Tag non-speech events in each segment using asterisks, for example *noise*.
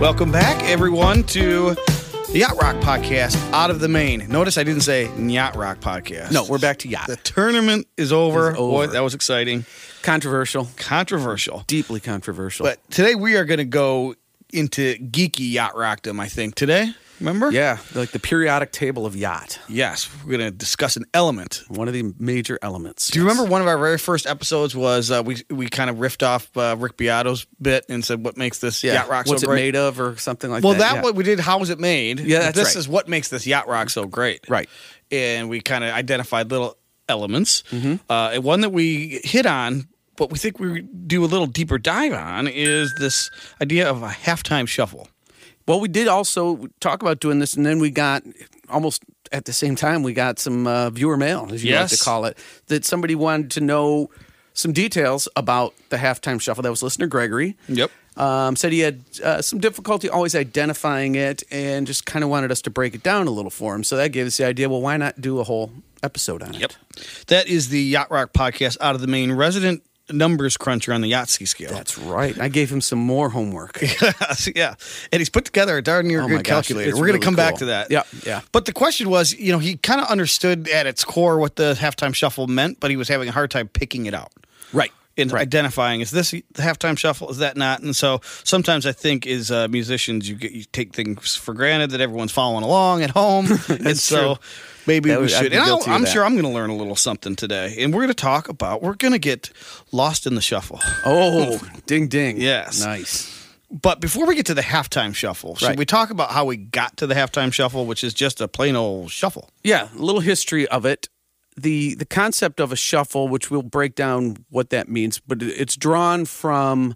Welcome back, everyone, to the Yacht Rock Podcast out of the main. Notice I didn't say Yacht Rock Podcast. No, we're back to yacht. The tournament is over. Is over. Boy, that was exciting. Controversial, Controversial. deeply controversial. But today we are going to go into geeky yacht rockdom, I think. Today, remember? yeah, like the periodic table of yacht, Yes, we're going to discuss an element. one of the major elements. Do you remember one of our very first episodes was uh, we we kind of riffed off uh, Rick Beato's bit and said what makes this Yeah. yacht rock What's so it great? made of, or something like Well, that? that yeah. what we did. How was it made? Yeah, that's this right. is what makes this yacht rock so great. Right. And we kind of identified little elements. Mm-hmm. Uh, and one that we hit on, but we think we do a little deeper dive on, is this idea of a halftime shuffle. Well, we did also talk about doing this, and then we got almost at the same time we got some uh, viewer mail, as you like Yes. to call it, that somebody wanted to know some details about the halftime shuffle. That was listener Gregory. Yep. Um, said he had uh, some difficulty always identifying it, and just kind of wanted us to break it down a little for him. So that gave us the idea. Well, why not do a whole episode on it? That is the Yacht Rock podcast out of the main resident numbers cruncher on the Yahtzee scale. That's right. I gave him some *laughs* more homework. yeah. And he's put together a darn near Oh my good gosh, calculator. it's We're going to really come back cool. to that. Yeah, yeah. But the question was, you know, he kind of understood at its core what the halftime shuffle meant, but he was having a hard time picking it out right. and Right. identifying is this the halftime shuffle is that not and so sometimes i think as uh, musicians you get you take things for granted that everyone's following along at home *laughs* and so maybe That we would- I'd should be and I'll, guilty of i'm that. sure i'm going to learn a little something today and we're going to talk about we're going to get lost in the shuffle Oh, ding ding. Yes. Nice. but before we get to the halftime shuffle should Right. we talk about how we got to the halftime shuffle which is just a plain old shuffle Yeah, a little history of it. The the concept of a shuffle, which we'll break down what that means, but it- it's drawn from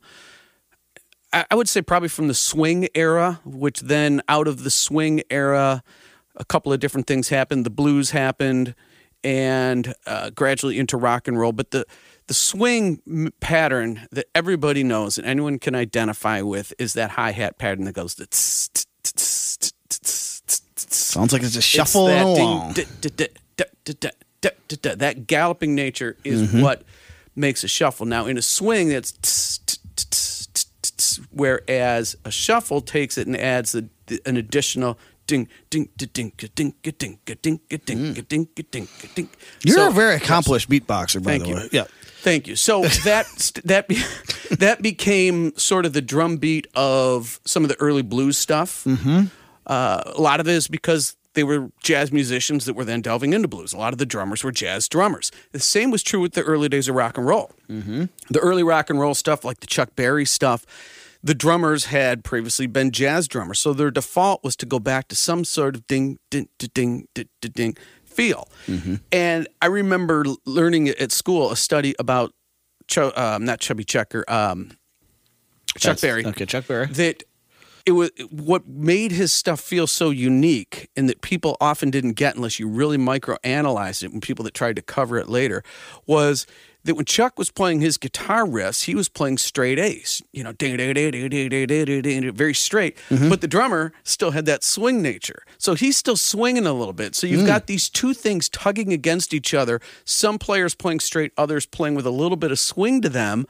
I I would say probably from the swing era, which then out of the swing era, a couple of different things happened. The blues happened, and uh, gradually into rock and roll. But the the swing m- pattern that everybody knows and anyone can identify with is that hi hat pattern that goes. the tss, tss, tss, tss, tss, tss, tss. sounds like it's a It's shuffle that ding, along duh, duh, duh, duh, duh, duh, duh, duh, duh. That galloping nature is Mm-hmm. what makes a shuffle. Now, in a swing, that's tss, tss, tss, tss, tss, whereas a shuffle takes it and adds the, the- an additional ding, ding, da, ding, ga, ding, ga, ding, ga, ding, ga, ding, ga, ding, ga, ding, ga, ding. Mm. you're So- a very accomplished beatboxer by Thank the you. way yeah Thank *laughs* you. So that that be, that became sort of the drum beat of some of the early blues stuff. Mm-hmm. Uh, a lot of it is because they were jazz musicians that were then delving into blues. A lot of the drummers were jazz drummers. The same was true with the early days of rock and roll. Mm-hmm. The early rock and roll stuff, like the Chuck Berry stuff, the drummers had previously been jazz drummers, so their default was to go back to some sort of ding, ding, ding, ding, ding, ding, ding feel. Mm-hmm. And I remember l- learning at school a study about, Chu um, not Chubby Checker, um, Chuck That's- Berry okay chuck berry that it was what made his stuff feel so unique and that people often didn't get unless you really microanalyzed it and people that tried to cover it later was that when Chuck was playing his guitar riffs, he was playing straight A's, you know, ding, ding, ding, ding, ding, ding, ding, ding, ding, very straight. But the drummer still had that swing nature. So he's still swinging a little bit. So you've got these two things tugging against each other. Some players playing straight, others playing with a little bit of swing to them.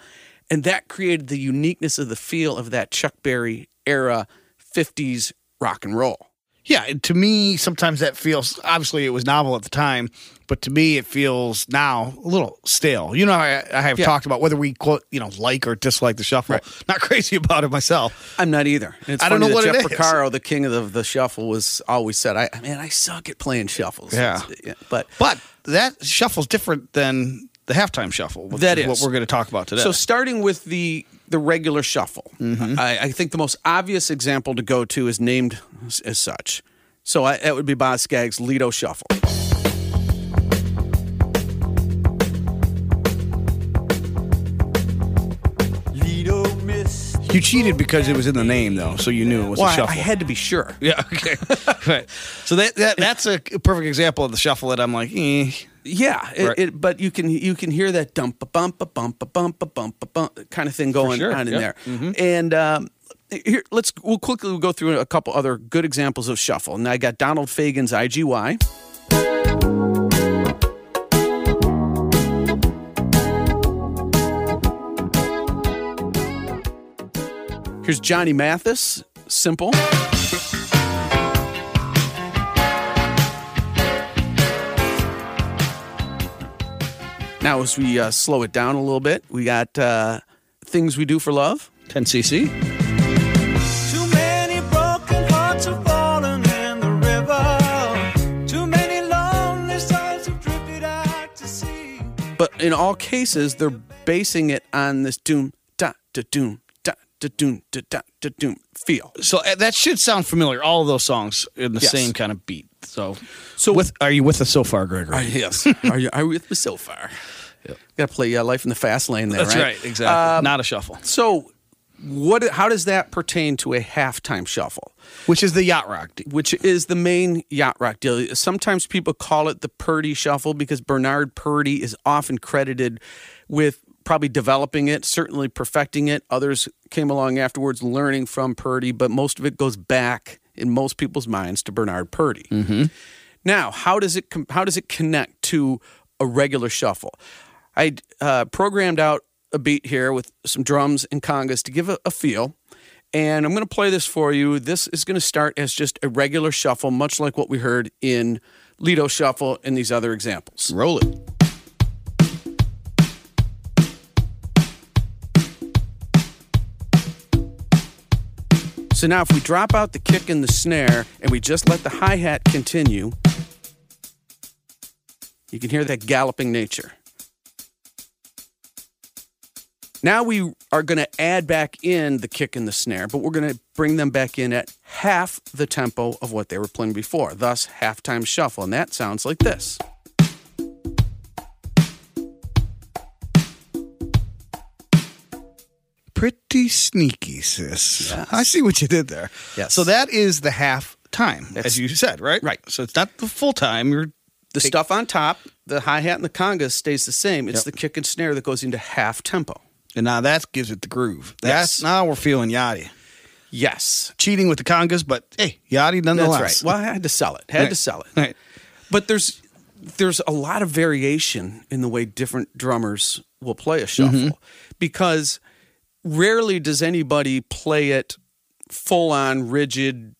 And that created the uniqueness of the feel of that Chuck Berry era 50s rock and roll. Yeah, and to me, sometimes that feels obviously it was novel at the time, but to me, it feels now a little stale. You know, how I, I have Yeah. talked about whether we quote, you know, like or dislike the shuffle. Not *laughs* crazy about it myself. I'm not either. And it's I don't funny know that what it Jeff is. Porcaro, the king of the, the shuffle, was always said, "I man, I suck at playing shuffles." Yeah. It's- yeah, but But that shuffle's different than the halftime shuffle. Which That is what is. we're going to talk about today. So starting with the the regular shuffle, I, I think the most obvious example to go to is named as, as such. So I, that would be Boz Scaggs' Lido Shuffle. Lido Mist. you cheated because it was in the name, though, so you knew it was Well, a I- shuffle. I had to be sure. yeah, okay. *laughs* right. So that, that that's a perfect example of the shuffle that I'm like, eh. Yeah, it, Right. it, but you can you can hear that dump a bump a bump a bump a bump a bump kind of thing going sure, Mm-hmm. on in yeah. there. And um, here, let's we'll quickly go through a couple other good examples of shuffle. And I got Donald Fagen's IGY. Here's Johnny Mathis simple. Now, as we uh, slow it down a little bit, we got uh, Things We Do for Love. 10cc. Too many broken hearts have fallen in the river. Too many lonely souls have drifted out to sea. But in all cases, they're basing it on this doom, da, da, doom, da, da, doom, da, da, da, doom feel. So uh, that should sound familiar. All of those songs in the Yes. same kind of beat. So, So- with are you with us so far, Gregory? *laughs* Yes. are, you, are you with me so far? Got to play uh, Life in the Fast Lane there, That's right. Exactly. Um, Not a shuffle, So, what? How does that pertain to a halftime shuffle, which is the yacht rock. which is the main yacht rock deal? Sometimes people call it the Purdy shuffle because Bernard Purdy is often credited with probably developing it, certainly perfecting it. Others came along afterwards, learning from Purdy, but most of it goes back in most people's minds to Bernard Purdy. Now, how does it com- how does it connect to a regular shuffle? I uh, programmed out a beat here with some drums and congas to give a, a feel, and I'm going to play this for you. This is going to start as just a regular shuffle, much like what we heard in Lido Shuffle and these other examples. Roll it. So now, if we drop out the kick and the snare and we just let the hi hat continue, you can hear that galloping nature. Now we are going to add back in the kick and the snare, but we're going to bring them back in at half the tempo of what they were playing before, thus halftime shuffle. And that sounds like this. Pretty sneaky, sis. I see what you did there. Yes. So that is the half time, as you said, right? Right. So it's not the full time. You're The stuff on top, the hi hat and the conga stays the same. It's the kick and snare that goes into half tempo. and now that gives it the groove. That's Yes. now we're feeling yachty. Yes. Cheating with the congas, but hey, yachty That's nonetheless. right. Well, I had to sell it. Had Right. to sell it. Right. But there's there's a lot of variation in the way different drummers will play a shuffle because rarely does anybody play it full on rigid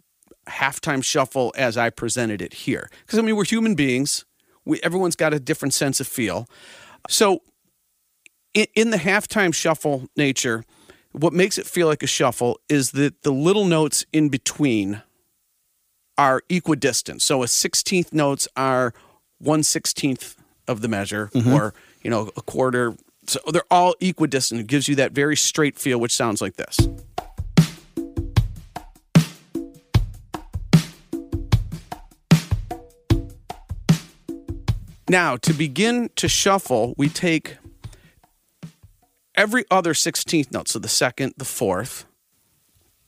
halftime shuffle as I presented it here. Because I mean, we're human beings. We everyone's got a different sense of feel. So in, in the halftime shuffle nature, what makes it feel like a shuffle is that the little notes in between are equidistant. So a sixteenth notes are one sixteenth of the measure, or you know, a quarter. So they're all equidistant. It gives you that very straight feel, which sounds like this. Now, to begin to shuffle, we take every other 16th note, so the second, the fourth,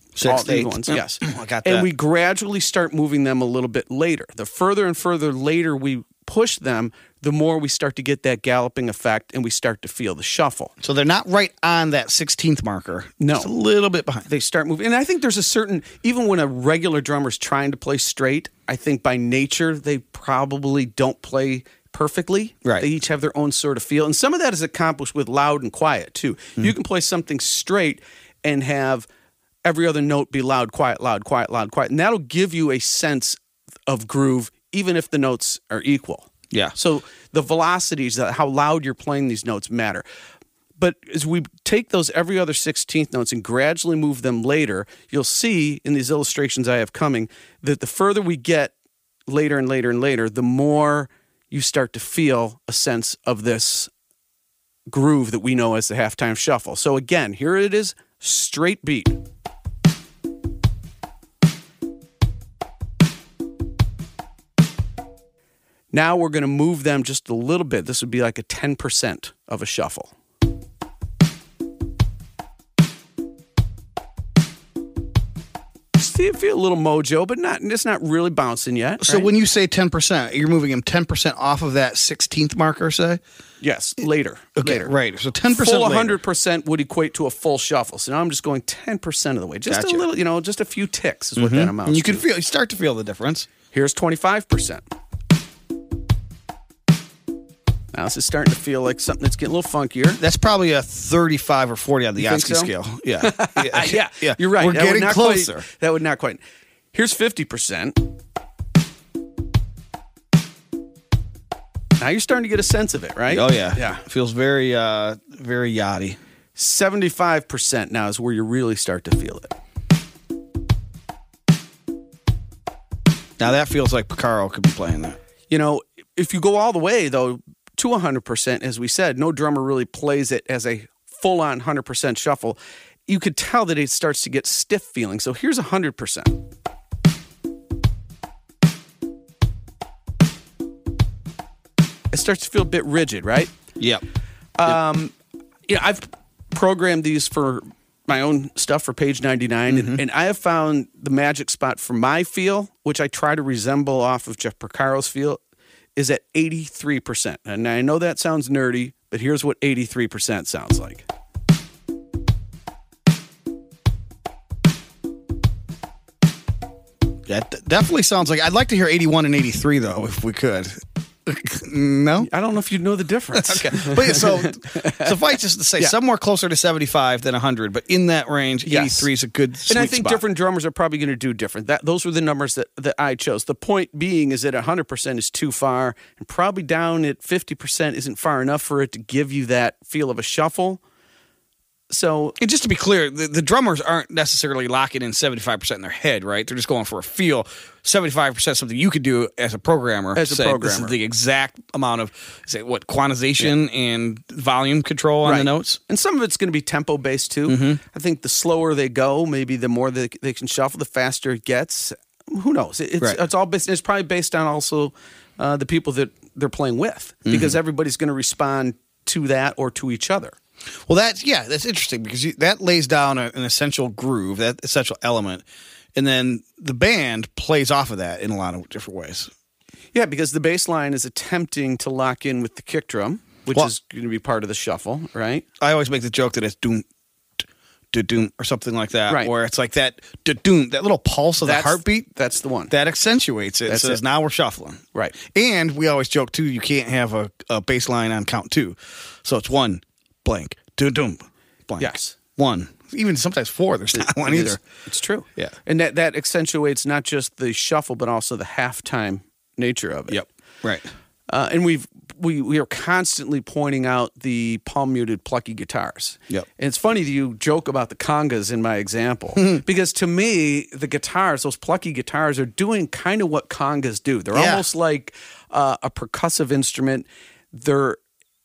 all Six, the eight. ones, Yep. yes. I got that. And we gradually start moving them a little bit later. The further and further later we push them, the more we start to get that galloping effect and we start to feel the shuffle. so they're not right on that 16th marker. No. Just a little bit behind. They start moving. And I think there's a certain, even when a regular drummer's trying to play straight, I think by nature they probably don't play perfectly. Right. They each have their own sort of feel. And some of that is accomplished with loud and quiet too. You can play something straight and have every other note be loud, quiet, loud, quiet, loud, quiet. And that'll give you a sense of groove, even if the notes are equal. Yeah. So the velocities, uh, how loud you're playing these notes matter. But as we take those every other 16th notes and gradually move them later, you'll see in these illustrations I have coming that the further we get later and later and later, the more you start to feel a sense of this groove that we know as the halftime shuffle. So again, here it is straight beat. Now we're going to move them just a little bit. This would be like a 10% of a shuffle. See, it feel a little mojo, but not. It's not really bouncing yet. So right? when you say 10%, you're moving them 10% off of that 16th marker, say? yes, later, later, Right. So 10% full later. 100% would equate to a full shuffle. So now I'm just going 10% of the way. Just Gotcha. a little, you know, just a few ticks is what that amounts And you can to. feel, you start to feel the difference. Here's 25%. Now this is starting to feel like something that's getting a little funkier. That's probably a 35 or 40 on the think Yatsky so? scale. *laughs* Yeah. Ah, *laughs* yeah, yeah. You're right. We're That would getting not quite- closer. that would not quite. Here's fifty percent. Now you're starting to get a sense of it, right? Oh yeah. yeah. Feels very uh very yachty. Seventy-five percent now is where you really start to feel it. Now that feels like Picaro could be playing that. You know, if you go all the way though to hundred percent, as we said, no drummer really plays it as a full-on hundred percent shuffle. You could tell that it starts to get stiff feeling. So here's hundred percent. It starts to feel a bit rigid, right? Yep. you know, I've programmed these for my own stuff for page 99 and, and I have found the magic spot for my feel, which I try to resemble off of Jeff Percaro's feel, is at 83%. And I know that sounds nerdy, but here's what 83% sounds like. That d- definitely sounds like I'd like to hear 81 and 83 though if we could. *laughs* no. I don't know if you know the difference. Okay. *laughs* But yeah, *laughs* so suffice just to say somewhere closer to 75 than 100, but in that range 83 is a good sweet and I think spot. different drummers are probably going to do different. That those were the numbers that, that I chose. The point being is that 100% is too far, and probably down at 50% isn't far enough for it to give you that feel of a shuffle. So And just to be clear, the, the drummers aren't necessarily locking in 75% in their head, right? They're just going for a feel. 75% is something you could do as a programmer. As a say, This programmer. is the exact amount of, say, what, quantization and volume control on the Right. notes? and some of it's going to be tempo based too. Mm-hmm. I think the slower they go, maybe the more they, they can shuffle, the faster it gets. Who knows? It- It's Right. it's all based. It's probably based on also uh, the people that they're playing with, Mm-hmm. because everybody's going to respond to that or to each other. Well, that's, yeah, that's interesting because you, that lays down a, an essential groove, that essential element. And then the band plays off of that in a lot of different ways. Yeah, because the bass line is attempting to lock in with the kick drum, which Well- is going to be part of the shuffle, right? I always make the joke that it's doom, da doom, or something like that, Right. where it's like that da doom, that little pulse of That's- the heartbeat. That's the one. that accentuates it. That's says it. now we're shuffling. Right. And we always joke too, you can't have a, a bass line on count two. So it's one blank, doom doom blank. Yes. One. Even sometimes four, there's not one It either. is- It's true. Yeah. And that, that accentuates not just the shuffle, but also the halftime nature of it. Right. Uh, and we've we we are constantly pointing out the palm muted plucky guitars. Yep. And it's funny that you joke about the congas in my example Hmm. because to me the guitars, those plucky guitars, are doing kind of what congas do. They're Yeah. almost like uh, a percussive instrument. They're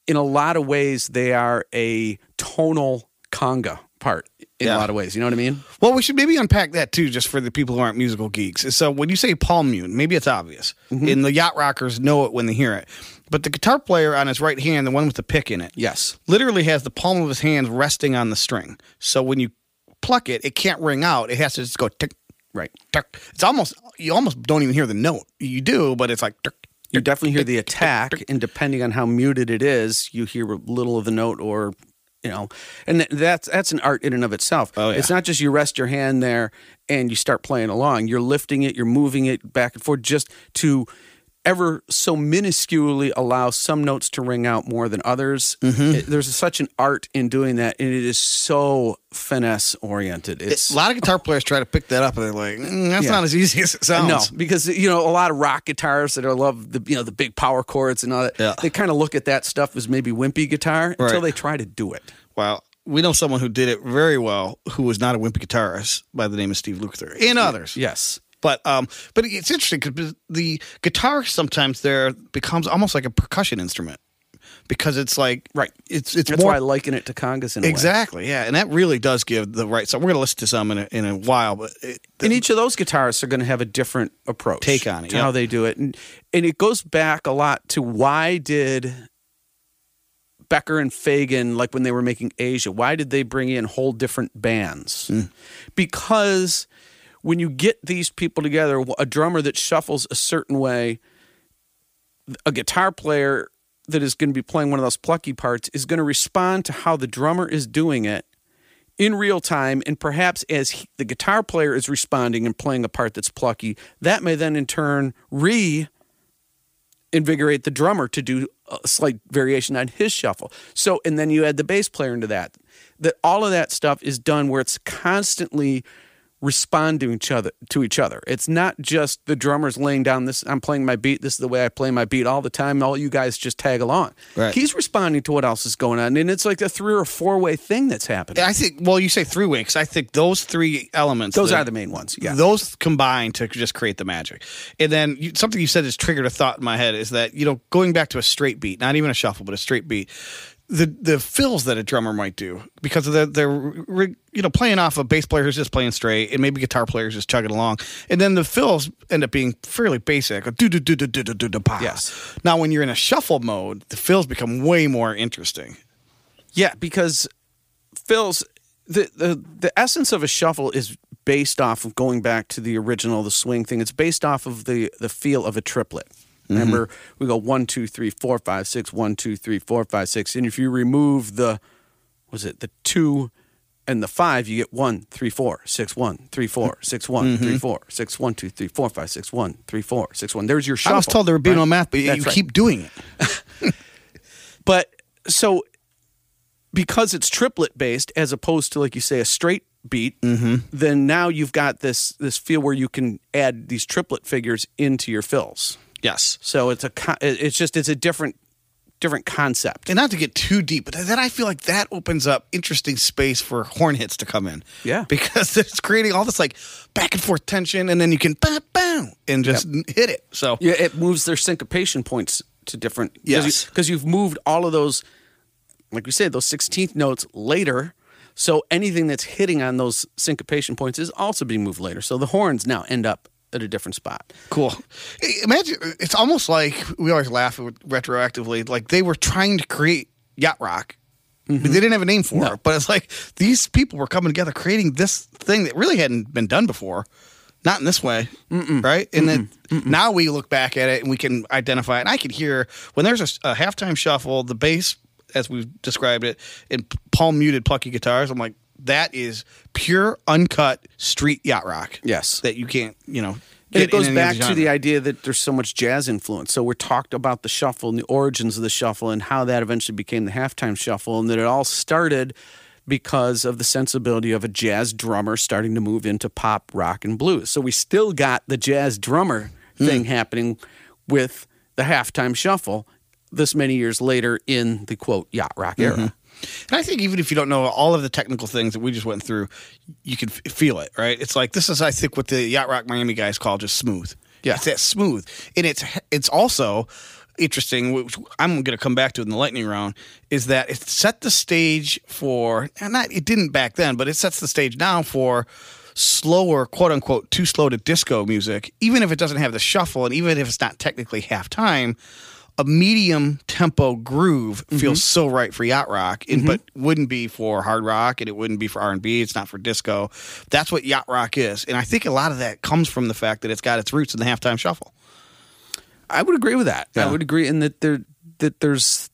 in a lot of ways they are a tonal conga part in Yeah. a lot of ways. You know what I mean? Well, we should maybe unpack that too, just for the people who aren't musical geeks. So when you say palm mute, maybe it's obvious, Mm-hmm. and the yacht rockers know it when they hear it. But the guitar player on his right hand, the one with the pick in it, Yes. literally has the palm of his hand resting on the string. So when you pluck it, it can't ring out. It has to just go tick, Right. tick. It's almost you almost don't even hear the note. You do, but it's like tick. You definitely hear *laughs* the attack, and depending on how muted it is, you hear little of the note, or you know, and th- that's that's an art in and of itself. Oh, yeah. It's not just you rest your hand there and you start playing along. You're lifting it, you're moving it back and forth, just to ever so minusculely allow some notes to ring out more than others. Mm-hmm. It- there's such an art in doing that, and it is so finesse oriented. It's A lot of guitar players try to pick that up, and they're like, "Mm, "That's Yeah. not as easy as it No, sounds." because you know a lot of rock guitarists that are love the you know the big power chords and all that. Yeah. They kind of look at that stuff as maybe wimpy guitar until Right. they try to do it. Well, we know someone who did it very well, who was not a wimpy guitarist, by the name of Steve Lukather, and others. Yes. But um, but it's interesting because the guitar sometimes there becomes almost like a percussion instrument because it's like Right. It's it's That's more why I liken it to congas in a way. Exactly. Yeah, and that really does give the right. So we're going to listen to some in a, in a while, but it, And each of those guitarists are going to have a different approach, Take on it, to yep. how they do it, and and it goes back a lot to why did Becker and Fagan, like when they were making Asia, why did they bring in whole different bands? Hmm. Because when you get these people together, a drummer that shuffles a certain way, a guitar player that is going to be playing one of those plucky parts is going to respond to how the drummer is doing it in real time and perhaps as he, the guitar player is responding and playing a part that's plucky that may then in turn re invigorate the drummer to do a slight variation on his shuffle. So, and then you add the bass player into that. That all of that stuff is done where it's constantly responding to each other. To each other, it's not just the drummer's laying down this. I'm playing my beat. This is the way I play my beat all the time. All you guys just tag along. Right. He's responding to what else is going on, and it's like a three or four way thing that's happening. I think. Well, you say three weeks. I think those three elements. Those that- are the main ones. Yeah. Those combine to just create the magic. And then you, something you said has triggered a thought in my head is that, you know, going back to a straight beat, not even a shuffle, but a straight beat, the the fills that a drummer might do because of the, they're, you know, playing off a bass player who's just playing straight and maybe guitar players just chugging along. And then the fills end up being fairly basic. Do, do, do, do, do, do, do, do, pa. Yes. Now, when you're in a shuffle mode, the fills become way more interesting. Yeah, because Phil's the, the the essence of a shuffle is based off of going back to the original the swing thing. It's based off of the the feel of a triplet. Remember, we go one, two, three, four, five, six, one, two, three, four, five, six, and if you remove the was it the two and the five, you get one, three, four, six, one, three, four, six, one, three, four, six, one, two, three, four, five, six, one, three, four, six, one. There's your shuffle. I was told there would be no right? math, but That's you right. keep doing it. But so because it's triplet based as opposed to like you say a straight beat, then now you've got this this feel where you can add these triplet figures into your fills. Yes. So it's a con- it- it's just it's a different different concept. and not to get too deep, but then I feel like that opens up interesting space for horn hits to come in. Yeah. *laughs* because it's creating all this like back and forth tension, and then you can bow bow and just hit it. So Yeah, it moves their syncopation points to different Yes. because you've moved all of those like we said those 16th notes later. So anything that's hitting on those syncopation points is also being moved later. So the horns now end up at a different spot. cool. I- Imagine it's almost like we always laugh at- retroactively, like they were trying to create yacht rock. They didn't have a name for it, but it's like these people were coming together, creating this thing that really hadn't been done before, not in this way, right? And then now we look back at it and we can identify. it. And I can hear when there's a, s- a halftime shuffle, the bass, as we've described it, and p- palm muted plucky guitars. I'm like, that is pure, uncut street yacht rock. Yes. that you can't, you know. And get in it goes any back other to the genre. idea that there's so much jazz influence. So we're talked about the shuffle and the origins of the shuffle and how that eventually became the halftime shuffle, and that it all started because of the sensibility of a jazz drummer starting to move into pop, rock, and blues. So we still got the jazz drummer Hmm. thing happening with the halftime shuffle this many years later in the quote yacht rock era. And I think even if you don't know all of the technical things that we just went through, you can f- feel it, right? It's like this is, I think, what the Yacht Rock Miami guys call just smooth. Yeah. it's that smooth, and it's it's also interesting. Which I'm going to come back to in the lightning round is that it set the stage for, and not it didn't back then, but it sets the stage now for slower, quote unquote, too slow to disco music, even if it doesn't have the shuffle, and even if it's not technically half time a medium tempo groove feels so right for yacht rock, and, but wouldn't be for hard rock, and it wouldn't be for R and B. It's not for disco. That's what yacht rock is, and I think a lot of that comes from the fact that it's got its roots in the halftime shuffle. I would agree with that. Yeah. I would agree in that there that there's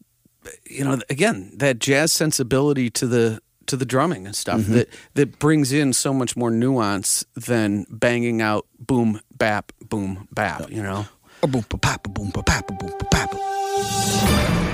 you know again that jazz sensibility to the to the drumming and stuff that that brings in so much more nuance than banging out boom bap boom bap, you know. Boom, pa boom, pa boom, pa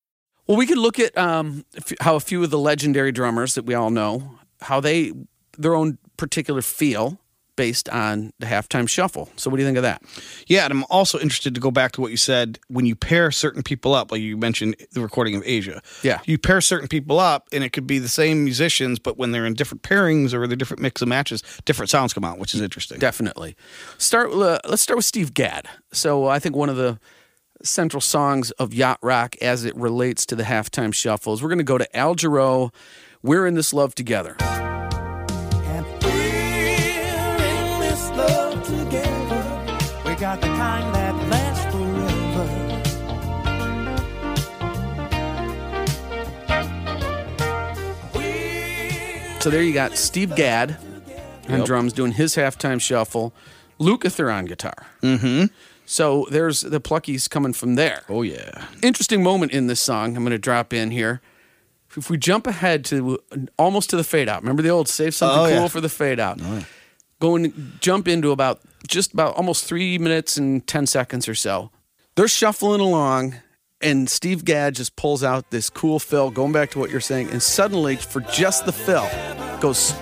Well, we could look at um, f- how a few of the legendary drummers that we all know, how they their own particular feel based on the halftime shuffle. So what do you think of that? Yeah, and I'm also interested to go back to what you said when you pair certain people up, like you mentioned the recording of Asia. Yeah. You pair certain people up, and it could be the same musicians, but when they're in different pairings or they're different mix and matches, different sounds come out, which is interesting. Definitely. Start. Uh, let's start with Steve Gadd. So uh, I think one of the central songs of yacht rock as it relates to the halftime shuffles. We're going to go to Al Jarreau. We're in this love together. And we're in this love together. We got the kind that lasts forever. So there you got Steve Gadd on drums doing his halftime shuffle, Luke Ether on guitar. Mm-hmm. So there's the pluckies coming from there. Oh yeah. Interesting moment in this song. I'm going to drop in here. If we jump ahead to almost to the fade out, remember the old save something Oh, yeah. Oh, cool for the fade out. Go and jump into about just about almost three minutes and 10 seconds or so. They're shuffling along, and Steve Gadd just pulls out this cool fill, going back to what you're saying, and suddenly, for just the fill, goes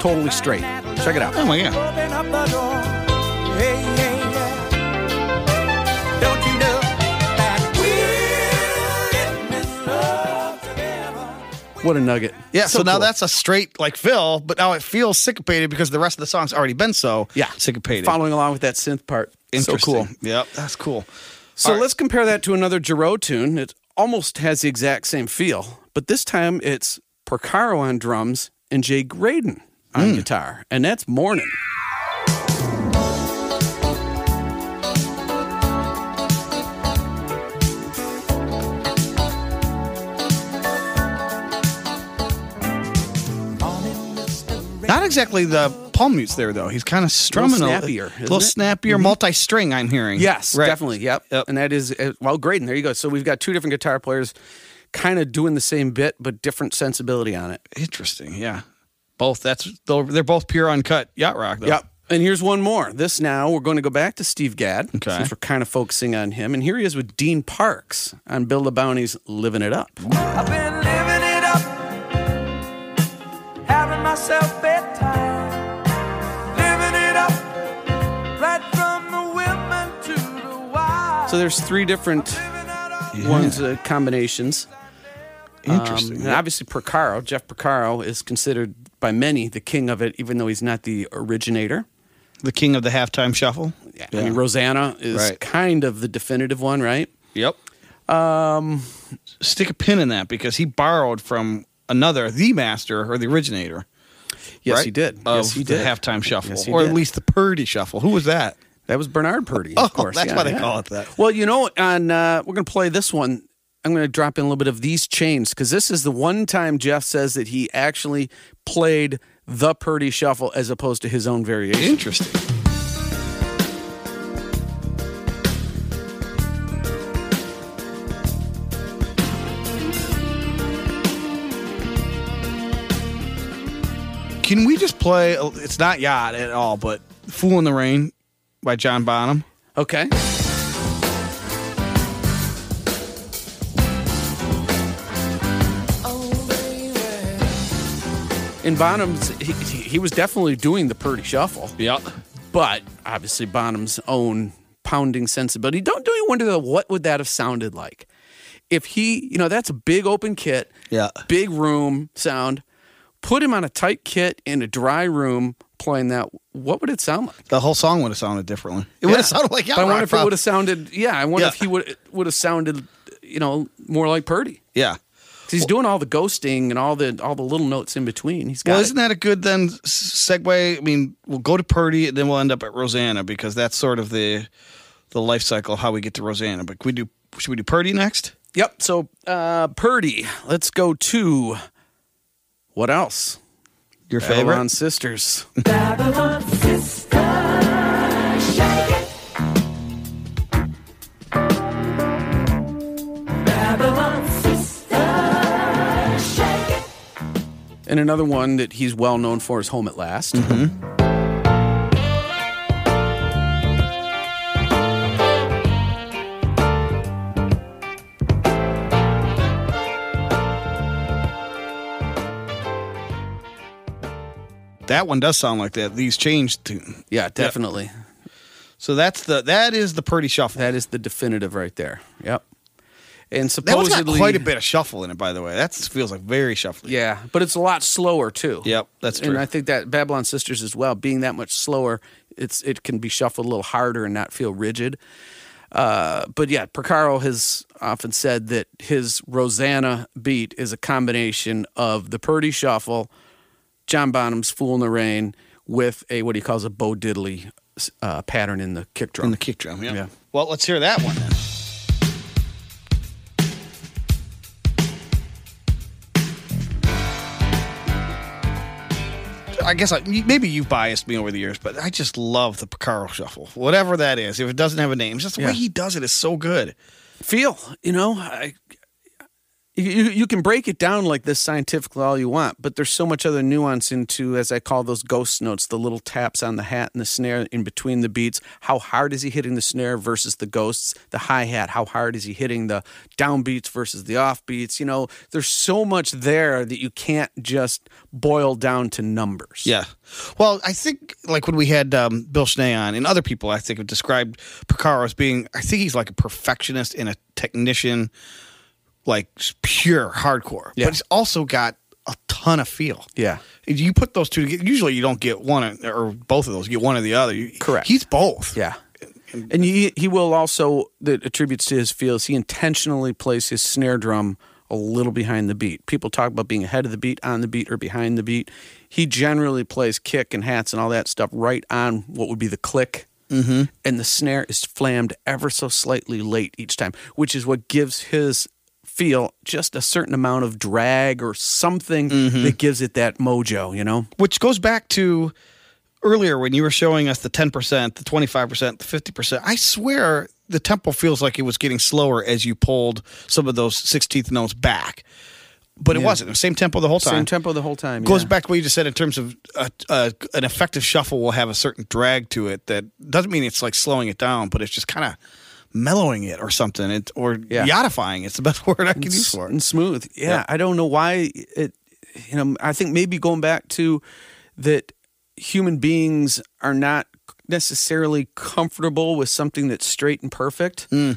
totally straight. Check it out. Oh my god. Open up the door. Hey, hey, yeah. Don't you know that we're in this love together? What a nugget. Yeah, so, now cool. that's a straight like fill, but now it feels syncopated because the rest of the song's already been so yeah syncopated. Following along with that synth part. So Interesting. cool. Yep, that's cool. So All right. let's compare that to another Giro tune. It almost has the exact same feel, but this time it's Porcaro on drums and Jay Graydon Hmm. on guitar, and that's Morning. Not exactly the palm mutes there though. He's kind of strumming a little snappier, isn't a little it? Mm-hmm. snappier, multi-string. I'm hearing. Yes, Right. definitely. Yep. Yep. And that is, uh, well, Graydon, there you go. So we've got two different guitar players kind of doing the same bit, but different sensibility on it. Interesting. Yeah, both. That's they're they're both pure uncut yacht rock. Though. Yep. And here's one more. This now, we're going to go back to Steve Gadd, Okay. since we're kind of focusing on him. And here he is with Dean Parks on Bill LeBounty's Living It Up. I've been living it up, having myself bedtime, living it up, right from the women to the wild. So there's three different Living it up. ones, uh, combinations. Um, Interesting. and obviously, Percaro, Jeff Percaro, is considered by many the king of it, even though he's not the originator. the king of the halftime shuffle. Yeah. I mean, Rosanna is Right. kind of the definitive one, right? Yep. Um, stick a pin in that because he borrowed from another, the master or the originator. Yes, right? he did. Of yes, he did. The halftime shuffle, Yes, he or did. at least the Purdy shuffle. Who was that? That was Bernard Purdie, Oh, of course. that's Yeah, why they yeah. call it that. Well, you know, on uh, we're going to play this one. I'm going to drop in a little bit of these chains because this is the one time Jeff says that he actually played the Purdy shuffle as opposed to his own variation. Interesting. Can we just play? It's not yacht at all, but "Fool in the Rain" by John Bonham. Okay. And Bonham's, he, he he was definitely doing the Purdy shuffle, Yep. but obviously Bonham's own pounding sensibility. Don't do you wonder though, what would that have sounded like if he, you know, that's a big open kit, Yeah. big room sound. Put him on a tight kit in a dry room playing that. What would it sound like? The whole song would have sounded differently. It would have sounded like yacht. But I wonder rock, if it prob- would have sounded. Yeah, I wonder Yeah. if he would would have sounded, you know, more like Purdy. Yeah. 'Cause He's doing all the ghosting and all the all the little notes in between. He's got. Well, it. isn't that a good then s- segue? I mean, we'll go to Purdy and then we'll end up at Rosanna because that's sort of the the life cycle of how we get to Rosanna. But we do should we do Purdy next? Yep. So uh, Purdy. Let's go to what else? Your favorite? Babylon Sisters. And another one that he's well known for is Home at Last. Mm-hmm. That one does sound like that. These changed tune. Yeah, definitely. So that's the that is the Purdy shuffle. That, That is the definitive right there. Yep. And was supposedly got quite a bit of shuffle in it, by the way. That feels like very shuffly. Yeah, but it's a lot slower too. Yep, that's And true. I think that Babylon Sisters as well, being that much slower, it's it can be shuffled a little harder and not feel rigid. Uh, but yeah, Percaro has often said that his Rosanna beat is a combination of the Purdy Shuffle, John Bonham's Fool in the Rain, with a what he calls a Bo Diddley uh, pattern in the kick drum. On the kick drum. Yeah. Yeah. Well, let's hear that one then. I guess I, maybe you've biased me over the years, but I just love the Picaro shuffle, whatever that is. If it doesn't have a name, it's just the Yeah. way he does it is so good. feel. You know, I, you you can break it down like this scientifically all you want, but there's so much other nuance into, as I call those ghost notes, the little taps on the hat and the snare in between the beats. How hard is he hitting the snare versus the ghosts? The hi hat. How hard is he hitting the downbeats versus the offbeats? You know, there's so much there that you can't just boil down to numbers. Yeah. Well, I think like when we had um, Bill Schnee on, and other people I think have described Picaro as being, I think he's like a perfectionist and a technician, like just pure hardcore. Yeah. But he's also got a ton of feel. Yeah. If You put those two together. Usually, you don't get one or or both of those. You get one or the other. You- Correct. He's both. Yeah. And he, he will also, that attributes to his feels, he intentionally plays his snare drum a little behind the beat. People talk about being ahead of the beat, on the beat, or behind the beat. He generally plays kick and hats and all that stuff right on what would be the click. Mm-hmm. And the snare is flammed ever so slightly late each time, which is what gives his feel just a certain amount of drag or something that gives it that mojo, you know? Which goes back to earlier when you were showing us the ten percent, the twenty five percent, the fifty percent. I swear the tempo feels like it was getting slower as you pulled some of those sixteenth notes back, but it wasn't. The same tempo the whole time. Same tempo the whole time. Goes yeah. back to what you just said in terms of uh, uh, an effective shuffle will have a certain drag to it that doesn't mean it's like slowing it down, but it's just kind of mellowing it or something, it, or Yeah. yodifying. It's the best *laughs* word I can and use s- for it. and smooth. Yeah, I don't know why it. You know, I think maybe going back to that human beings are not necessarily comfortable with something that's straight and perfect. Hmm.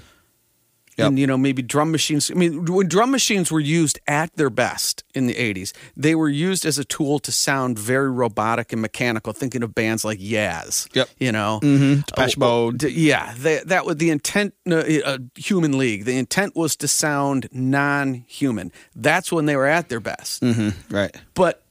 Yep. And you know, maybe drum machines. I mean, when drum machines were used at their best in the '80s, they were used as a tool to sound very robotic and mechanical. Thinking of bands like Yaz. Yep. Mm-hmm. You know, Depeche Oh, Mode. d- yeah, that that was the intent. no, Uh, human League. The intent was to sound non-human. That's when they were at their best. Right. But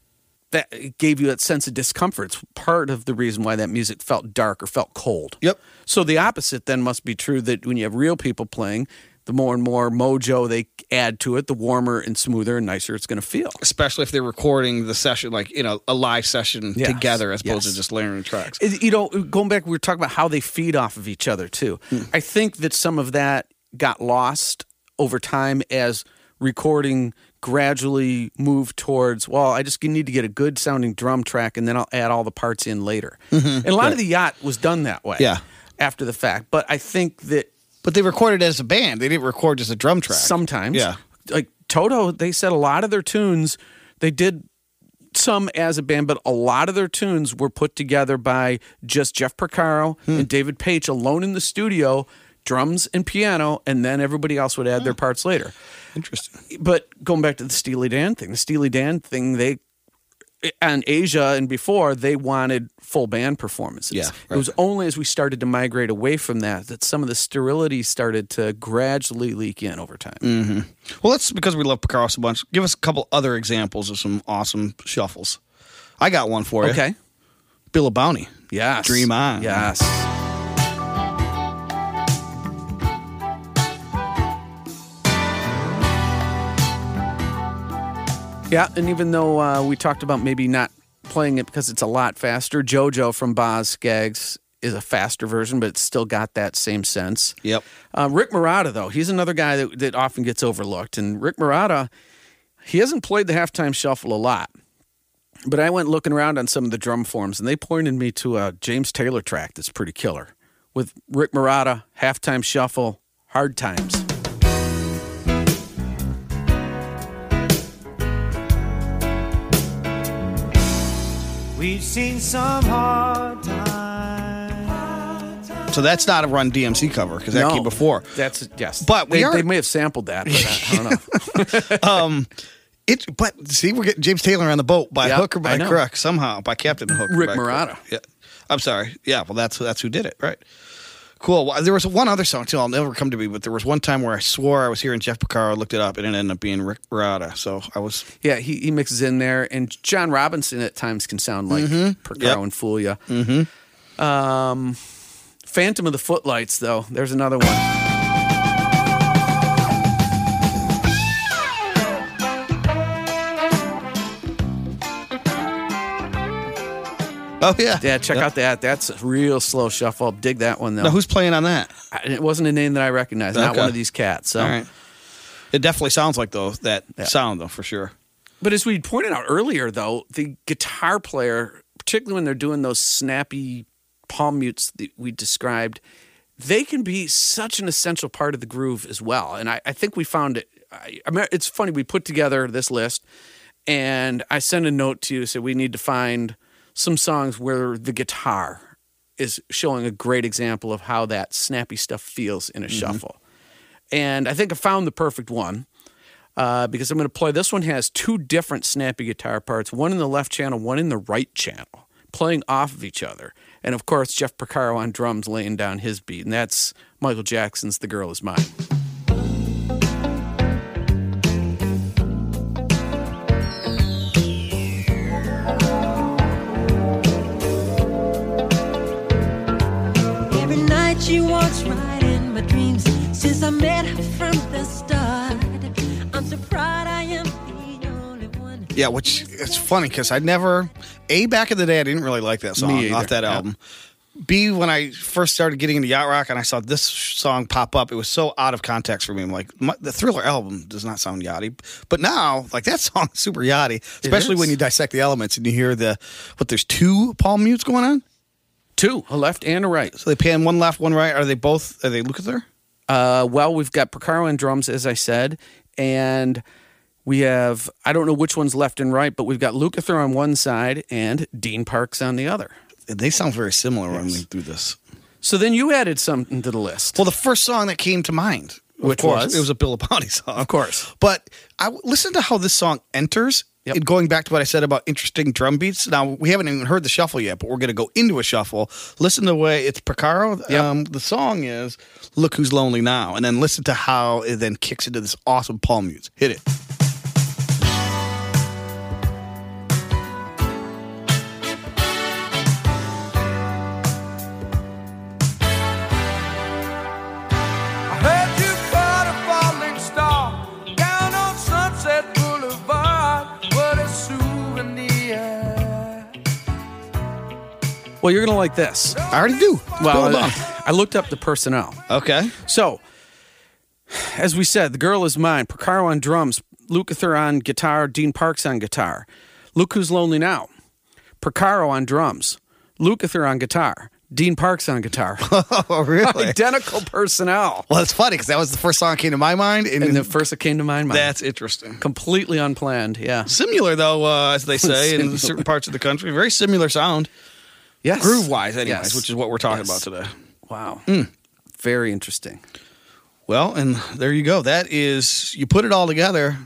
that it gave you that sense of discomfort. It's part of the reason why that music felt dark or felt cold. Yep. So the opposite then must be true. That when you have real people playing, the more and more mojo they add to it, the warmer and smoother and nicer it's going to feel. especially if they're recording the session like you know a live session Yes. together as opposed Yes. to just layering tracks It- you know, going back, we were talking about how they feed off of each other too. I think that some of that got lost over time as recording gradually moved towards. Well, I just need to get a good sounding drum track, and then I'll add all the parts in later. And a lot of the yacht was done that way. Yeah. After the fact, but I think that but they recorded as a band they didn't record just a drum track sometimes. yeah Like Toto, they said a lot of their tunes, they did some as a band, but a lot of their tunes were put together by just Jeff Percaro Hmm. and David Page alone in the studio, drums and piano, and then everybody else would add their Hmm. parts later. interesting But going back to the Steely Dan thing, the Steely Dan thing, they on Asia and before they wanted full band performances. Yeah, It was only as we started to migrate away from that that some of the sterility started to gradually leak in over time. well let's because we love Picaro so much give us a couple other examples of some awesome shuffles i got one for you Okay. bill bounty Yes. dream on Yes. Yeah, and even though uh, we talked about maybe not playing it because it's a lot faster, JoJo from Boz Skaggs is a faster version, but it's still got that same sense. yep Uh, Rick Murata, though, he's another guy that, that often gets overlooked. And Rick Murata, he hasn't played the halftime shuffle a lot. But I went looking around on some of the drum forms, and they pointed me to a James Taylor track that's pretty killer with Rick Murata, halftime shuffle, hard times. We've seen some hard times. so that's not a run dmc cover because that No, came before That's yes. But we they, are- they may have sampled that, but I, I don't *laughs* know. it but see we're getting james taylor on the boat by Yeah, hook or I by know. crook somehow by captain hook or Rick by crook. Marotta. yeah i'm sorry yeah well that's that's who did it right Cool. Well, there was one other song too. I'll never come to me, but there was one time where I swore I was hearing Jeff Picaro. I looked it up, and it ended up being Rick Marotta. So I was yeah, he, he mixes in there, and John Robinson at times can sound like Percaro Mm-hmm. Yep. and fool ya. Mm-hmm. Um, Phantom of the Footlights, though, there's another one. Oh yeah. Yeah, check out that. That's a real slow shuffle. Dig that one though. Now who's playing on that? I- it wasn't a name that I recognized. Not Okay. one of these cats. So. All right. It definitely sounds like though that sound though for sure. But as we pointed out earlier, though, the guitar player, particularly when they're doing those snappy palm mutes that we described, they can be such an essential part of the groove as well. And I, I think we found it. I, I mean, it's funny, we put together this list, and I sent a note to you, said we need to find some songs where the guitar is showing a great example of how that snappy stuff feels in a shuffle. And I think I found the perfect one uh, because I'm going to play. This one has two different snappy guitar parts, one in the left channel, one in the right channel, playing off of each other. And of course, Jeff Porcaro on drums laying down his beat, and that's Michael Jackson's "The Girl Is Mine." Every night she walks right in my dreams. Since I met her from the start, I'm so proud I am the only one. Yeah, which it's funny because I never a back in the day I didn't really like that song either, off that yeah. album. B when I first started getting into yacht rock and I saw this song pop up, it was so out of context for me. I'm like, my, the Thriller album does not sound yachty, but now like that *laughs* song is super yachty, especially when is. you dissect the elements and you hear the what. There's two palm mutes going on, Two, a left and a right. so they pan one left, one right. Are they both? Are they Lukather? Uh, well, we've got Porcaro on drums, as I said, and we have I don't know which one's left and right, but we've got Lukather on one side and Dean Parks on the other. They sound very similar when we do this. So then you added something to the list. Well, the first song that came to mind, of Which course, was? it was a Bill Bonnie *laughs* song, of course. But I listen to how this song enters. Yep. And going back to what I said about interesting drum beats. Now we haven't even heard the shuffle yet, but we're going to go into a shuffle. Listen to the way it's Picaro. Yep. Um, the song is "Look Who's Lonely Now," and then listen to how it then kicks into this awesome palm mute. Hit it. I heard you caught a falling star down on Sunset Boulevard. What a souvenir. Well, you're gonna like this. I already do. Well, uh, Bill I, Bonnie. I looked up the personnel. *laughs* okay. So, as we said, the girl is mine. Picaro on drums, Lukather on guitar, Dean Parks on guitar. Look who's lonely now. Picaro on drums, Lukather on guitar, Dean Parks *laughs* on guitar. *laughs* Oh, really? Identical personnel. Well, it's funny because that was the first song that came to my mind, and, And the first that came to mind, mine. that's interesting. completely unplanned. Yeah. similar though, uh, *laughs* as they say in Similar. certain parts of the country. Very similar sound, Yes. groove wise, anyways, Yes. which is what we're talking Yes. about today. Hmm. Wow. Very interesting. Well, and there you go. That is, you put it all together.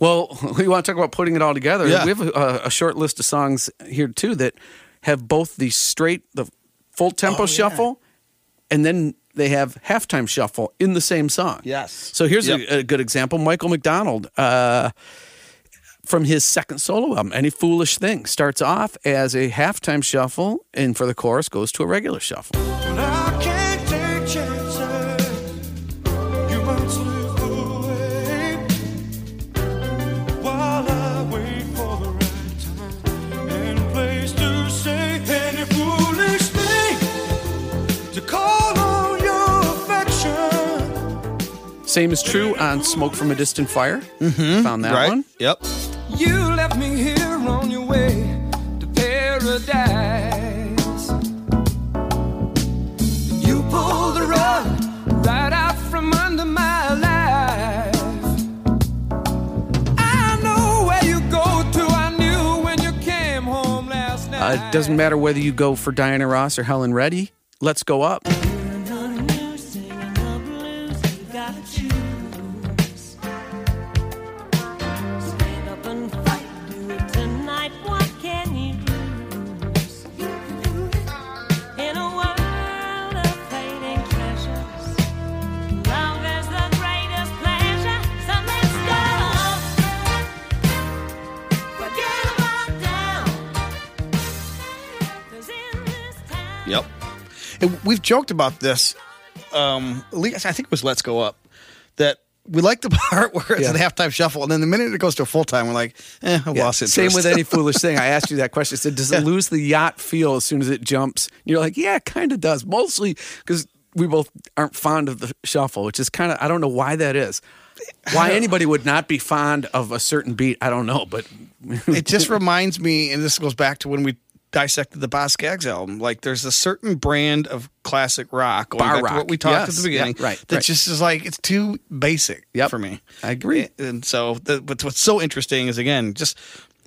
Well, *laughs* we want to talk about putting it all together. Yeah. We have a, a short list of songs here too that have both the straight, the full Oh, tempo shuffle, and then they have halftime shuffle in the same song. Yes. So here's Yep. a, a good example: Michael McDonald uh, from his second solo album, "Any Foolish Thing," starts off as a halftime shuffle, and for the chorus goes to a regular shuffle. But I can't take chances. You might slip away while I wait for the right time and place to say any foolish thing to call on your affection. Same is true on "Smoke from a Distant Fire." Mm-hmm. Found that right? one. Yep. You left me here on your way to paradise. You pulled the rug right out from under my life. I know where you go to. I knew when you came home last night. Uh, it doesn't matter whether you go for Diana Ross or Helen Reddy. Let's go up. Another new singing the blues, you gotta choose. Stand up and fight, do it tonight. What can you lose? In a world of fading treasures, love is the greatest pleasure. So let's go. Forget about down. 'Cause in this town. Yep. And we've joked about this. Um, at least I think it was Let's Go Up that we like the *laughs* part where it's Yeah. a halftime shuffle, and then the minute it goes to a full time, we're like, eh, I lost it. Same Same with any foolish thing. I asked you that question. I said, does it lose the yacht feel as soon as it jumps? And you're like, yeah, it kind of does. Mostly because we both aren't fond of the shuffle, which is kind of, I don't know why that is. Why anybody would not be fond of a certain beat, I don't know. But it just reminds me, and this goes back to when we dissected the Boss Gags album. Like, there's a certain brand of classic rock, going Bar back to rock, what we talked yes, at the beginning, yep, right, That right. just is like it's too basic Yep, for me. I agree. A- And so, the, but what's so interesting is again, just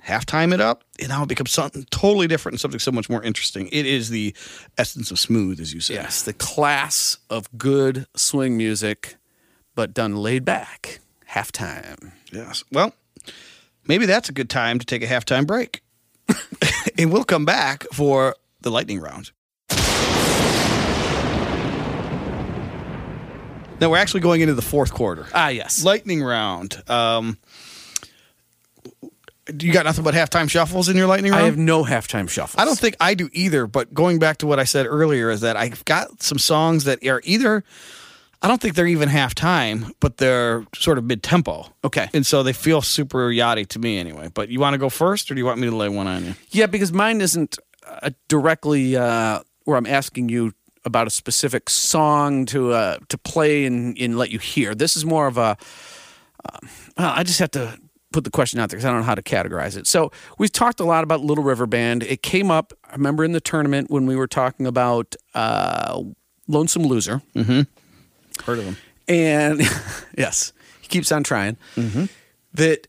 halftime it up, and now it becomes something totally different and something so much more interesting. It is the essence of smooth, as you said. yes, the class of good swing music, but done laid back, halftime. Yes. Well, maybe that's a good time to take a halftime break. *laughs* and we'll come back for the lightning round. Now we're actually going into the fourth quarter. Ah, yes. Lightning round. Um, you got nothing but halftime shuffles in your lightning I round? have no halftime shuffles. I don't think I do either. But going back to what I said earlier is that I've got some songs that are either I don't think they're even halftime, but they're sort of mid tempo. Okay. and so they feel super yachty to me anyway. But you want to go first, or do you want me to lay one on you? Yeah, because mine isn't uh, directly uh, where I'm asking you about a specific song to uh, to play and, and let you hear. This is more of a. Uh, I just have to put the question out there because I don't know how to categorize it. So we've talked a lot about Little River Band. It came up. I remember in the tournament when we were talking about uh, Lonesome Loser Heard of them? and *laughs* yes, he keeps on trying. Mm-hmm. That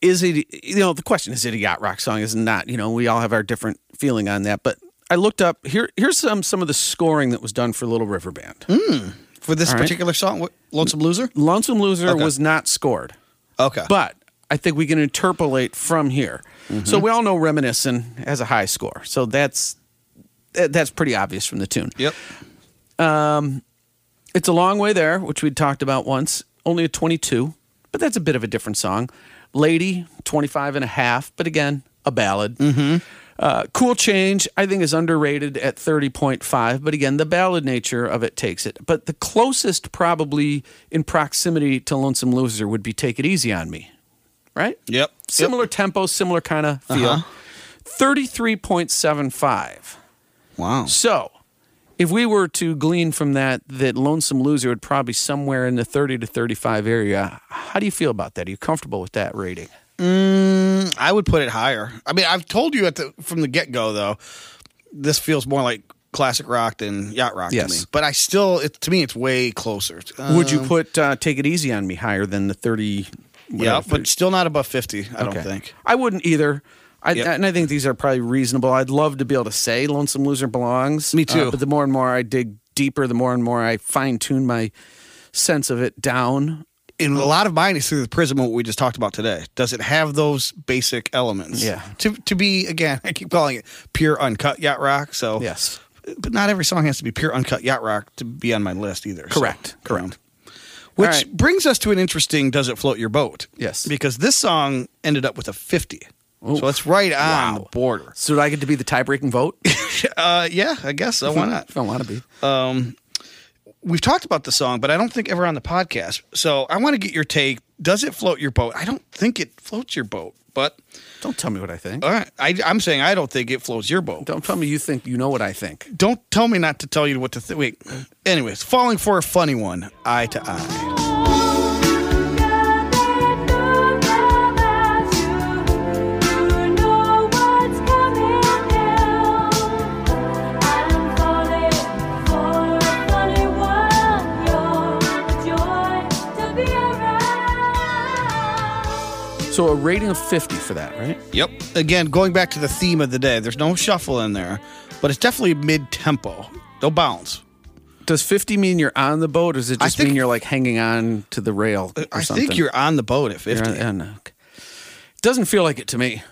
is it. You know, the question is: It a yacht rock song? Is it not? You know, we all have our different feeling on that. But I looked up here. Here's some some of the scoring that was done for Little River Band. For this All right. particular song, what, Hmm? "Lonesome Loser." Lonesome Loser Okay. was not scored, Okay, but I think we can interpolate from here. So Mm-hmm. we all know Reminiscent has a high score. So that's that- that's pretty obvious from the tune. yep, It's a long way there, which we talked about once. Only a 22, but that's a bit of a different song. Lady, 25 and a half, but again, a ballad. Mm-hmm. Uh, cool Change, I think, is underrated at 30.5, but again, the ballad nature of it takes it. But the closest, probably in proximity to Lonesome Loser, would be Take It Easy on Me, right? yep, Similar tempo, similar kind of feel. 33.75. Yep. Wow, So, if we were to glean from that that Lonesome Loser would probably somewhere in the 30 to 35 area, how do you feel about that? Are you comfortable with that rating? Hmm, I would put it higher. I mean, I've told you at the from the get go though, this feels more like classic rock than yacht rock Yes. to me. But I still, it, to me, it's way closer. would you put uh, Take It Easy on Me higher than the 30? Yeah, whatever, but still not above fifty. I don't Okay. think. I wouldn't either. I, Yep. And I think these are probably reasonable. I'd love to be able to say Lonesome Loser belongs. uh, Me too. but the more and more I dig deeper, the more and more I fine tune my sense of it down. And a lot of mine is through the prism of what we just talked about today. Does it have those basic elements? Yeah. To to be again, *laughs* I keep calling it pure uncut yacht rock. So Yes. but not every song has to be pure uncut yacht rock to be on my list either. so, Correct, correct. you know. Which All right. brings us to an interesting "Does It Float Your Boat?" Yes. because this song ended up with a fifty, Ooh. so it's right on Wow. the border. So, do I get to be the tie breaking vote? Uh, yeah, I guess so. Why *laughs* not? I don't want to be. we've talked about the song, but I don't think ever on the podcast. So I want to get your take. Does it float your boat? I don't think it floats your boat, but Don't tell me what I think. all right, I, I'm saying I don't think it floats your boat. Don't tell me you think you know what I think. Don't tell me not to tell you what to think. Wait. Anyways, falling for a funny one, eye to eye. So a rating of 50 for that, right? Yep. Again, going back to the theme of the day, there's no shuffle in there, but it's definitely mid tempo. No bounce. Does 50 mean you're on the boat or does it I just think- mean you're like hanging on to the rail or I something? think you're on the boat at You're 50. on- yeah, no. Doesn't feel like it to me.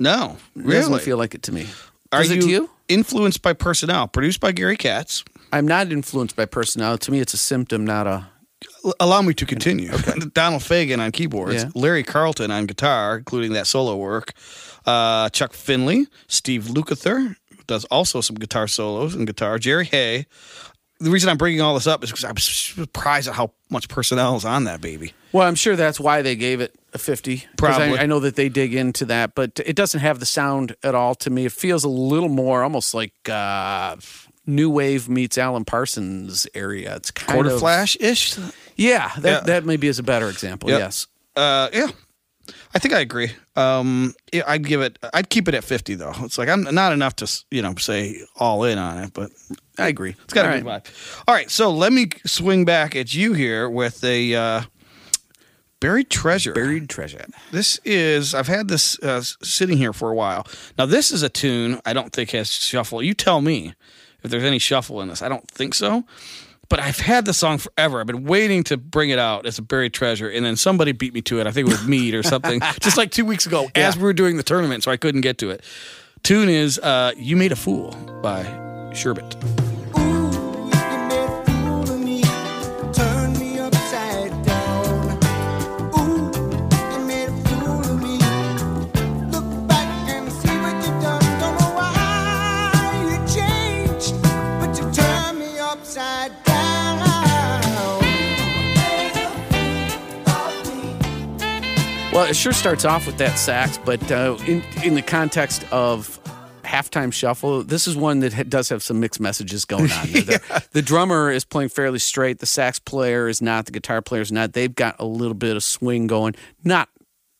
No, really. Doesn't feel like it to me. Are Does it to you? influenced by personnel? Produced by Gary Katz. I'm not influenced by personnel. To me, it's a symptom, not a. L- allow me to continue. *laughs* Donald Fagen on keyboards, Yeah. Larry Carlton on guitar, including that solo work, uh, Chuck Finley, Steve Lukather does also some guitar solos and guitar, Jerry Hay, the reason I'm bringing all this up is because I'm surprised at how much personnel is on that baby. Well, I'm sure that's why they gave it a 50. 'Cause Probably. I, I know that they dig into that, but it doesn't have the sound at all to me. It feels a little more almost like uh, New Wave meets Alan Parsons area. It's kind Quarter of. flash ish. Yeah, that, Yeah. that maybe is a better example. Yep. Yes. Uh, yeah. I think I agree. Um, yeah, I'd give it. I'd keep it at fifty though. It's like I'm not enough to s- you know say all in on it, but I agree. It's got a good vibe. All right, so let me swing back at you here with a uh, buried treasure. Buried treasure. This is I've had this uh, s- sitting here for a while. Now this is a tune I don't think has shuffle. You tell me if there's any shuffle in this. I don't think so. But I've had the song forever. I've been waiting to bring it out as a buried treasure, and then somebody beat me to it. I think it was Mead or something, just like two weeks ago, as we were doing the tournament, so I couldn't get to it. Tune is uh, "You Made a Fool" by Sherbet. Well, it sure starts off with that sax, but uh, in in the context of halftime shuffle, this is one that ha- does have some mixed messages going *laughs* on. there. The, the drummer is playing fairly straight. The sax player is not. The guitar player is not. They've got a little bit of swing going, not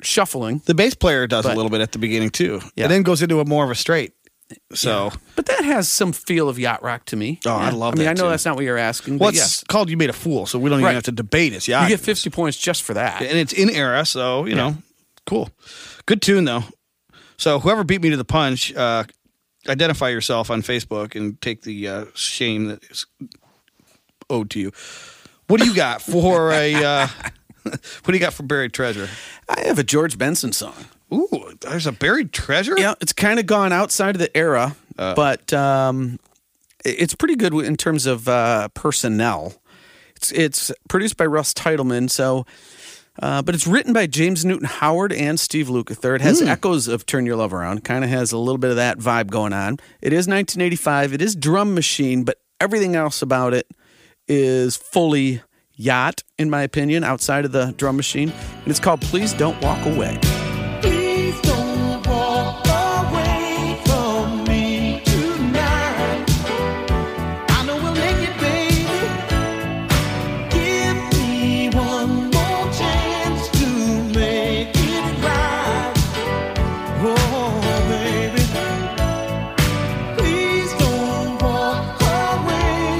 shuffling, The bass player does a But- little bit at the beginning too, Yeah. and then goes into a more of a straight. So but that has some feel of yacht rock to me. Oh, I love I mean, that I know too. that's not what you're asking, but what's yes, called "You Made a Fool," so we don't even Right. have to debate it. Yeah, you get 50 points just for that. and it's in era, so you know, cool, good tune though. So whoever beat me to the punch, uh, identify yourself on Facebook and take the uh, shame that is owed to you. What do you got for a? Uh, *laughs* what do you got for buried treasure? I have a George Benson song. Ooh, there's a buried treasure. Yeah, it's kind of gone outside of the era, but um, i- it's pretty good in terms of uh, personnel. It's it's produced by Russ Titleman, so. Uh, but it's written by James Newton Howard and Steve Lukather. It has echoes of "Turn Your Love Around." Kind of has a little bit of that vibe going on. It is 1985. It is drum machine, but everything else about it is fully yacht, in my opinion, outside of the drum machine. And it's called "Please Don't Walk Away." Please don't walk away from me tonight. I know we'll make it, baby. Give me one more chance to make it right. Oh, baby. Please don't walk away.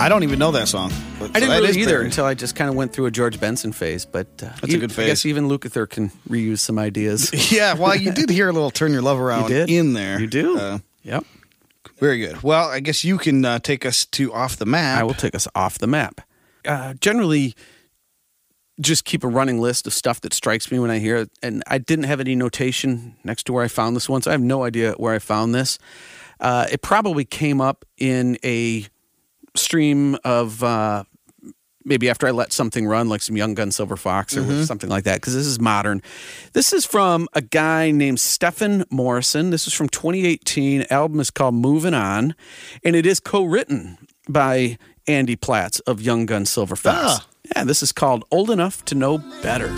I don't even know that song. but- I didn't that really is either buried. until I just kind of went through a George Benson phase. But uh, That's a good I phase. guess even Lukather can reuse some ideas. Yeah, well, *laughs* you did hear a little "Turn Your Love Around" did. in there. you do. Uh, yep. very good. Well, I guess you can uh, take us to off the map. I will take us off the map. Uh, generally, just keep a running list of stuff that strikes me when I hear it. And I didn't have any notation next to where I found this one, so I have no idea where I found this. Uh, it probably came up in a stream of uh, maybe after I let something run, like some Young Gun Silver Fox or something like that, because this is modern. This is from a guy named Stephen Morrison. This is from 2018. Album is called Moving On, and it is co-written by Andy Platts of Young Gun Silver Fox. Ah. Yeah, this is called Old Enough to Know Better.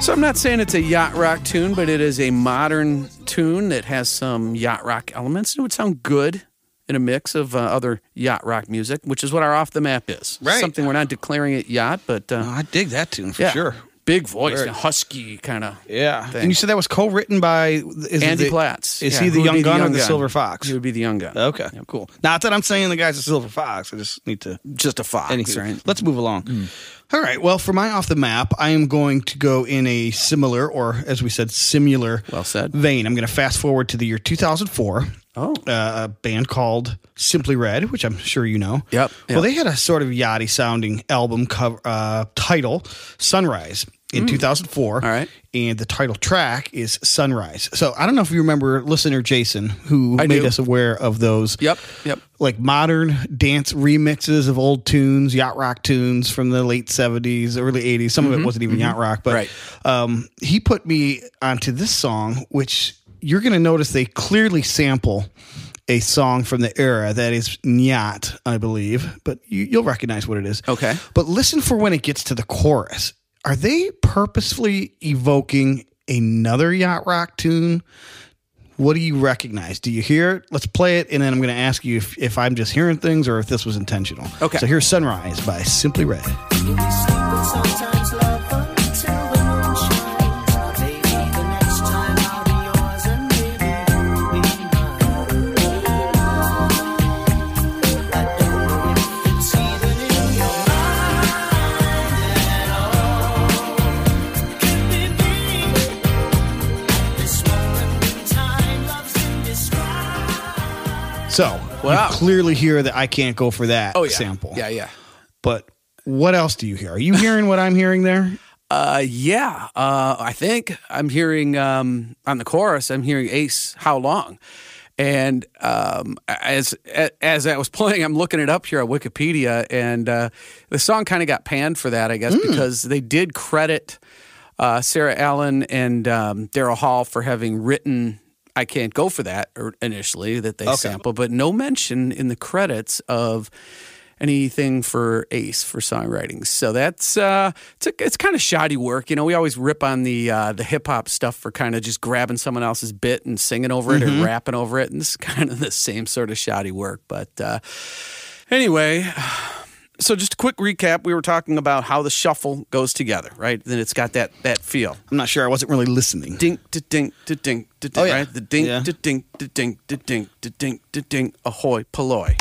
So I'm not saying it's a yacht rock tune, but it is a modern tune that has some yacht rock elements. It would sound good in a mix of uh, other yacht rock music, which is what our off the map is. Right. Something we're not declaring it yacht, but uh, Oh, I dig that tune for yeah. sure. Big voice, Very- husky kind of. Yeah, Thing. and you said that was co-written by is Andy the- Platts. Is Yeah, he who the would young be gun or the Young Gun. silver fox? He would be the young gun. Okay, cool. Not that I'm saying the guy's a silver fox. I just need to. Just a fox, Anywho, right? Let's move along. Mm. All right. Well, for my off the map, I am going to go in a similar, or as we said, similar Well said. vein. I'm going to fast forward to the year 2004. Oh. uh, a band called Simply Red, which I'm sure you know. Yep, Well, yep. they had a sort of yachty sounding album cover uh, title, Sunrise, in 2004. Hmm. All right. And the title track is Sunrise. So I don't know if you remember listener Jason, who I made do. us aware of those. Yep, yep. Like modern dance remixes of old tunes, yacht rock tunes from the late 70s, early 80s. Some of it wasn't even yacht rock, but Mm-hmm. Right. um, he put me onto this song, which you're going to notice they clearly sample a song from the era that is Nyat, I believe, but you, you'll recognize what it is. Okay. But listen for when it gets to the chorus. Are they purposefully evoking another yacht rock tune? What do you recognize? Do you hear it? Let's play it, and then I'm going to ask you if, if I'm just hearing things or if this was intentional. Okay. So here's Sunrise by Simply Red. Sometimes love until the moon shines. Baby, the next time I'll be yours and maybe you'll be mine. I don't know if it's even in your mind at all. Could be me. This moment in time, love's indescribable. So Wow. you clearly hear that I can't go for that Oh yeah. sample. Yeah, yeah. But what else do you hear? Are you hearing what I'm hearing there? Uh, yeah. Uh, I think I'm hearing um, on the chorus. I'm hearing Ace. How long? And um, as as that was *laughs* playing, I'm looking it up here on Wikipedia, and uh, the song kind of got panned for that, I guess, because they did credit uh, Sarah Allen and um, Daryl Hall for having written "I Can't Go for That" or initially that they sample, but no mention in the credits of anything for Ace for songwriting. So that's uh, it's, a, it's kind of shoddy work. You know, we always rip on the uh, the hip hop stuff for kind of just grabbing someone else's bit and singing over it or rapping over it, and this is *laughs* kind of the same sort of shoddy work. But uh, anyway. So just a quick recap, we were talking about how the shuffle goes together, right? Then it's got that that feel. I'm not sure. I wasn't really listening. Dink to dink to dink to dink, Oh, yeah. right? The dink Yeah. to dink to dink to dink to dink to dink ahoy polloy.